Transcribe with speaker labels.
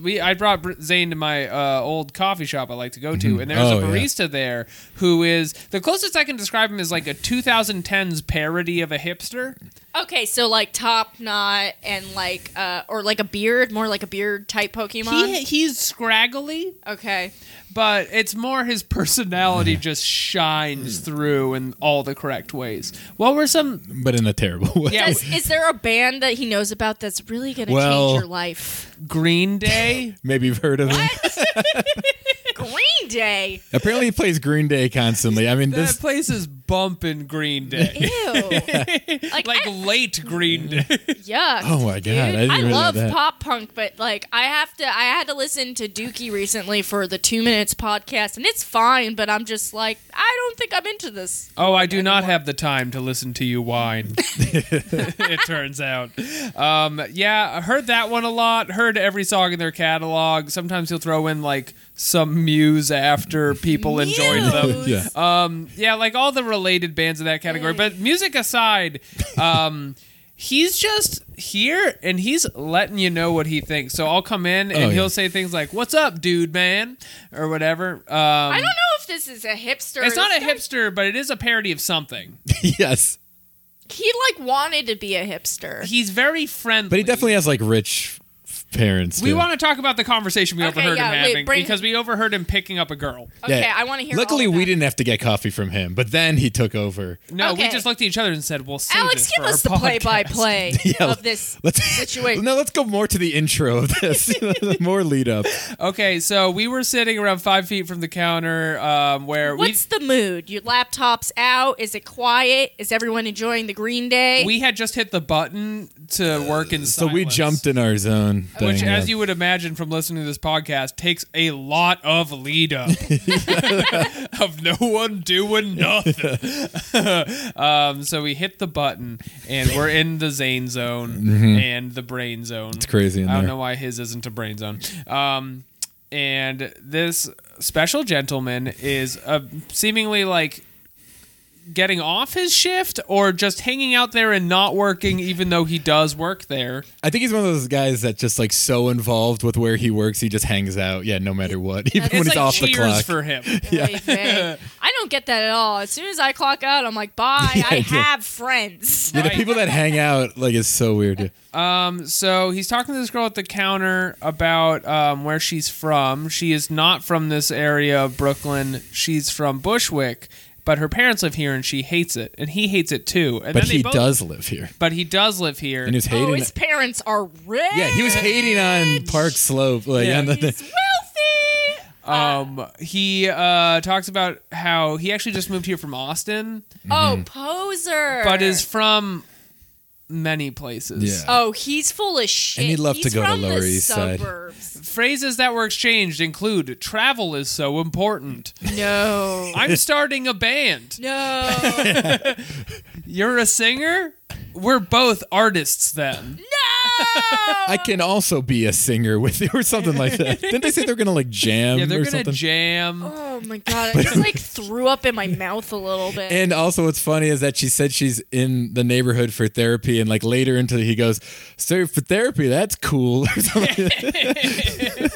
Speaker 1: we I brought Br- Zane to my uh, old coffee shop I like to go to, and there's
Speaker 2: Oh,
Speaker 1: a
Speaker 2: yeah.
Speaker 1: barista there who is the closest I can describe him is like a 2010s parody of a hipster.
Speaker 3: Okay, so like top knot and like uh or like a beard, more like a beard type Pokemon.
Speaker 1: He he's scraggly,
Speaker 3: okay.
Speaker 1: but it's more his personality just shines
Speaker 2: Mm.
Speaker 1: through in all the correct ways. What were some?
Speaker 2: but in a terrible way.
Speaker 1: Yeah.
Speaker 3: Does, is there a band that he knows about that's really going to
Speaker 2: Well-
Speaker 3: change your life?
Speaker 1: Green Day.
Speaker 2: Maybe you've heard of him.
Speaker 3: Green Day.
Speaker 2: Apparently, he plays Green Day constantly. I mean,
Speaker 1: that
Speaker 2: this
Speaker 1: place is bumping Green Day,
Speaker 3: Ew. like,
Speaker 1: like
Speaker 3: I-
Speaker 1: late Green Day.
Speaker 3: yuck.
Speaker 2: Oh my God,
Speaker 3: dude.
Speaker 2: I didn't realize
Speaker 3: love
Speaker 2: that.
Speaker 3: pop punk, but like I have to I had to listen to Dookie recently for the 2 minutes podcast and it's fine, but I'm just like I don't think I'm into this.
Speaker 1: Oh, I do not have the time to listen to you whine. it turns out. Um, yeah, I heard that one a lot. Heard every song in their catalog. Sometimes he'll throw in like some muse after people enjoyed them.
Speaker 3: Muse.
Speaker 2: yeah. Uh,
Speaker 1: Yeah, like all the related bands of that category. But music aside, um, he's just here and he's letting you know what he thinks. So I'll come in and
Speaker 2: Oh, yeah.
Speaker 1: he'll say things like, "What's up, dude, man?" or whatever. Um,
Speaker 3: I don't know if this is a hipster.
Speaker 1: it's not a
Speaker 3: This guy-
Speaker 1: hipster, but it is a parody of something.
Speaker 2: yes,
Speaker 3: He like wanted to be a hipster.
Speaker 1: He's very friendly.
Speaker 2: but he definitely has like rich f- parents.
Speaker 1: We
Speaker 2: too.
Speaker 1: want to talk about the conversation we
Speaker 3: Okay,
Speaker 1: overheard
Speaker 3: yeah,
Speaker 1: him
Speaker 3: wait,
Speaker 1: having
Speaker 3: bring-
Speaker 1: because we overheard him picking up a girl.
Speaker 3: Okay, I want to hear.
Speaker 2: Luckily,
Speaker 3: all of
Speaker 2: we
Speaker 3: that.
Speaker 2: didn't have to get coffee from him, but then he took over.
Speaker 1: No, we
Speaker 3: Okay.
Speaker 1: just looked at each other and said, "Well, save
Speaker 3: Alex,
Speaker 1: this
Speaker 3: give
Speaker 1: for
Speaker 3: us the
Speaker 1: our podcast."
Speaker 3: play-by-play
Speaker 2: Yeah,
Speaker 3: of this
Speaker 2: Let's
Speaker 3: situation.
Speaker 2: No, let's go more to the intro of this. more lead up.
Speaker 1: Okay, so we were sitting around five feet from the counter, um, where
Speaker 3: What's the mood? Your laptop's out. Is it quiet? Is everyone enjoying the Green Day?
Speaker 1: we we had just hit the button to work in.
Speaker 2: So we jumped in our zone.
Speaker 1: Which,
Speaker 2: thing,
Speaker 1: as
Speaker 2: yeah.
Speaker 1: you would imagine from listening to this podcast, takes a lot of lead up of no one doing nothing. um, so we hit the button, and we're in the Zane zone and the brain zone. It's
Speaker 2: Mm-hmm. crazy in
Speaker 1: I don't
Speaker 2: there.
Speaker 1: know why his isn't a brain zone. Um, and this special gentleman is uh, seemingly like getting off his shift or just hanging out there and not working even though he does work there
Speaker 2: I think he's one of those guys that just like so involved with where he works, he just hangs out. Yeah, no matter what, even when
Speaker 1: it's
Speaker 2: he's
Speaker 1: like
Speaker 2: off
Speaker 1: cheers
Speaker 2: the clock.
Speaker 1: for him.
Speaker 3: Oy vey. I don't get that at all. As soon as I clock out, I'm like, bye. I
Speaker 2: yeah.
Speaker 3: have friends.
Speaker 2: yeah, the
Speaker 1: Right.
Speaker 2: people that hang out like is so weird.
Speaker 1: So he's talking to this girl at the counter about um, where she's from. She is not from this area of Brooklyn. She's from Bushwick, but her parents live here, and she hates it, and he hates it too. And
Speaker 2: But
Speaker 1: then they
Speaker 2: he
Speaker 1: both-
Speaker 2: does live here,
Speaker 1: But he does live here.
Speaker 2: and he was hating.
Speaker 3: Oh, his parents are rich.
Speaker 2: yeah, he was hating on Park Slope. Like,
Speaker 1: Yeah.
Speaker 2: on the,
Speaker 3: He's wealthy.
Speaker 1: um, he uh, talks about how he actually just moved here from Austin,
Speaker 2: Mm-hmm.
Speaker 3: Oh, poser.
Speaker 1: but is from many places.
Speaker 2: Yeah.
Speaker 3: Oh, he's full of shit.
Speaker 2: he'd love to
Speaker 3: He's
Speaker 2: go to
Speaker 3: from the
Speaker 2: Lower East Side.
Speaker 3: suburbs.
Speaker 1: Phrases that were exchanged include "travel is so important."
Speaker 3: No.
Speaker 1: I'm starting a band.
Speaker 3: No.
Speaker 1: You're a singer? We're both artists then.
Speaker 2: I can also be a singer with you or something like that. Didn't they say they're gonna like jam
Speaker 1: Yeah, they're
Speaker 2: or
Speaker 1: gonna
Speaker 2: something?
Speaker 1: jam.
Speaker 3: Oh my god! I just like threw up in my mouth a little bit.
Speaker 2: And also, what's funny is that she said she's in the neighborhood for therapy, and like later into he goes, "Sir, for therapy, that's cool." Or something like that.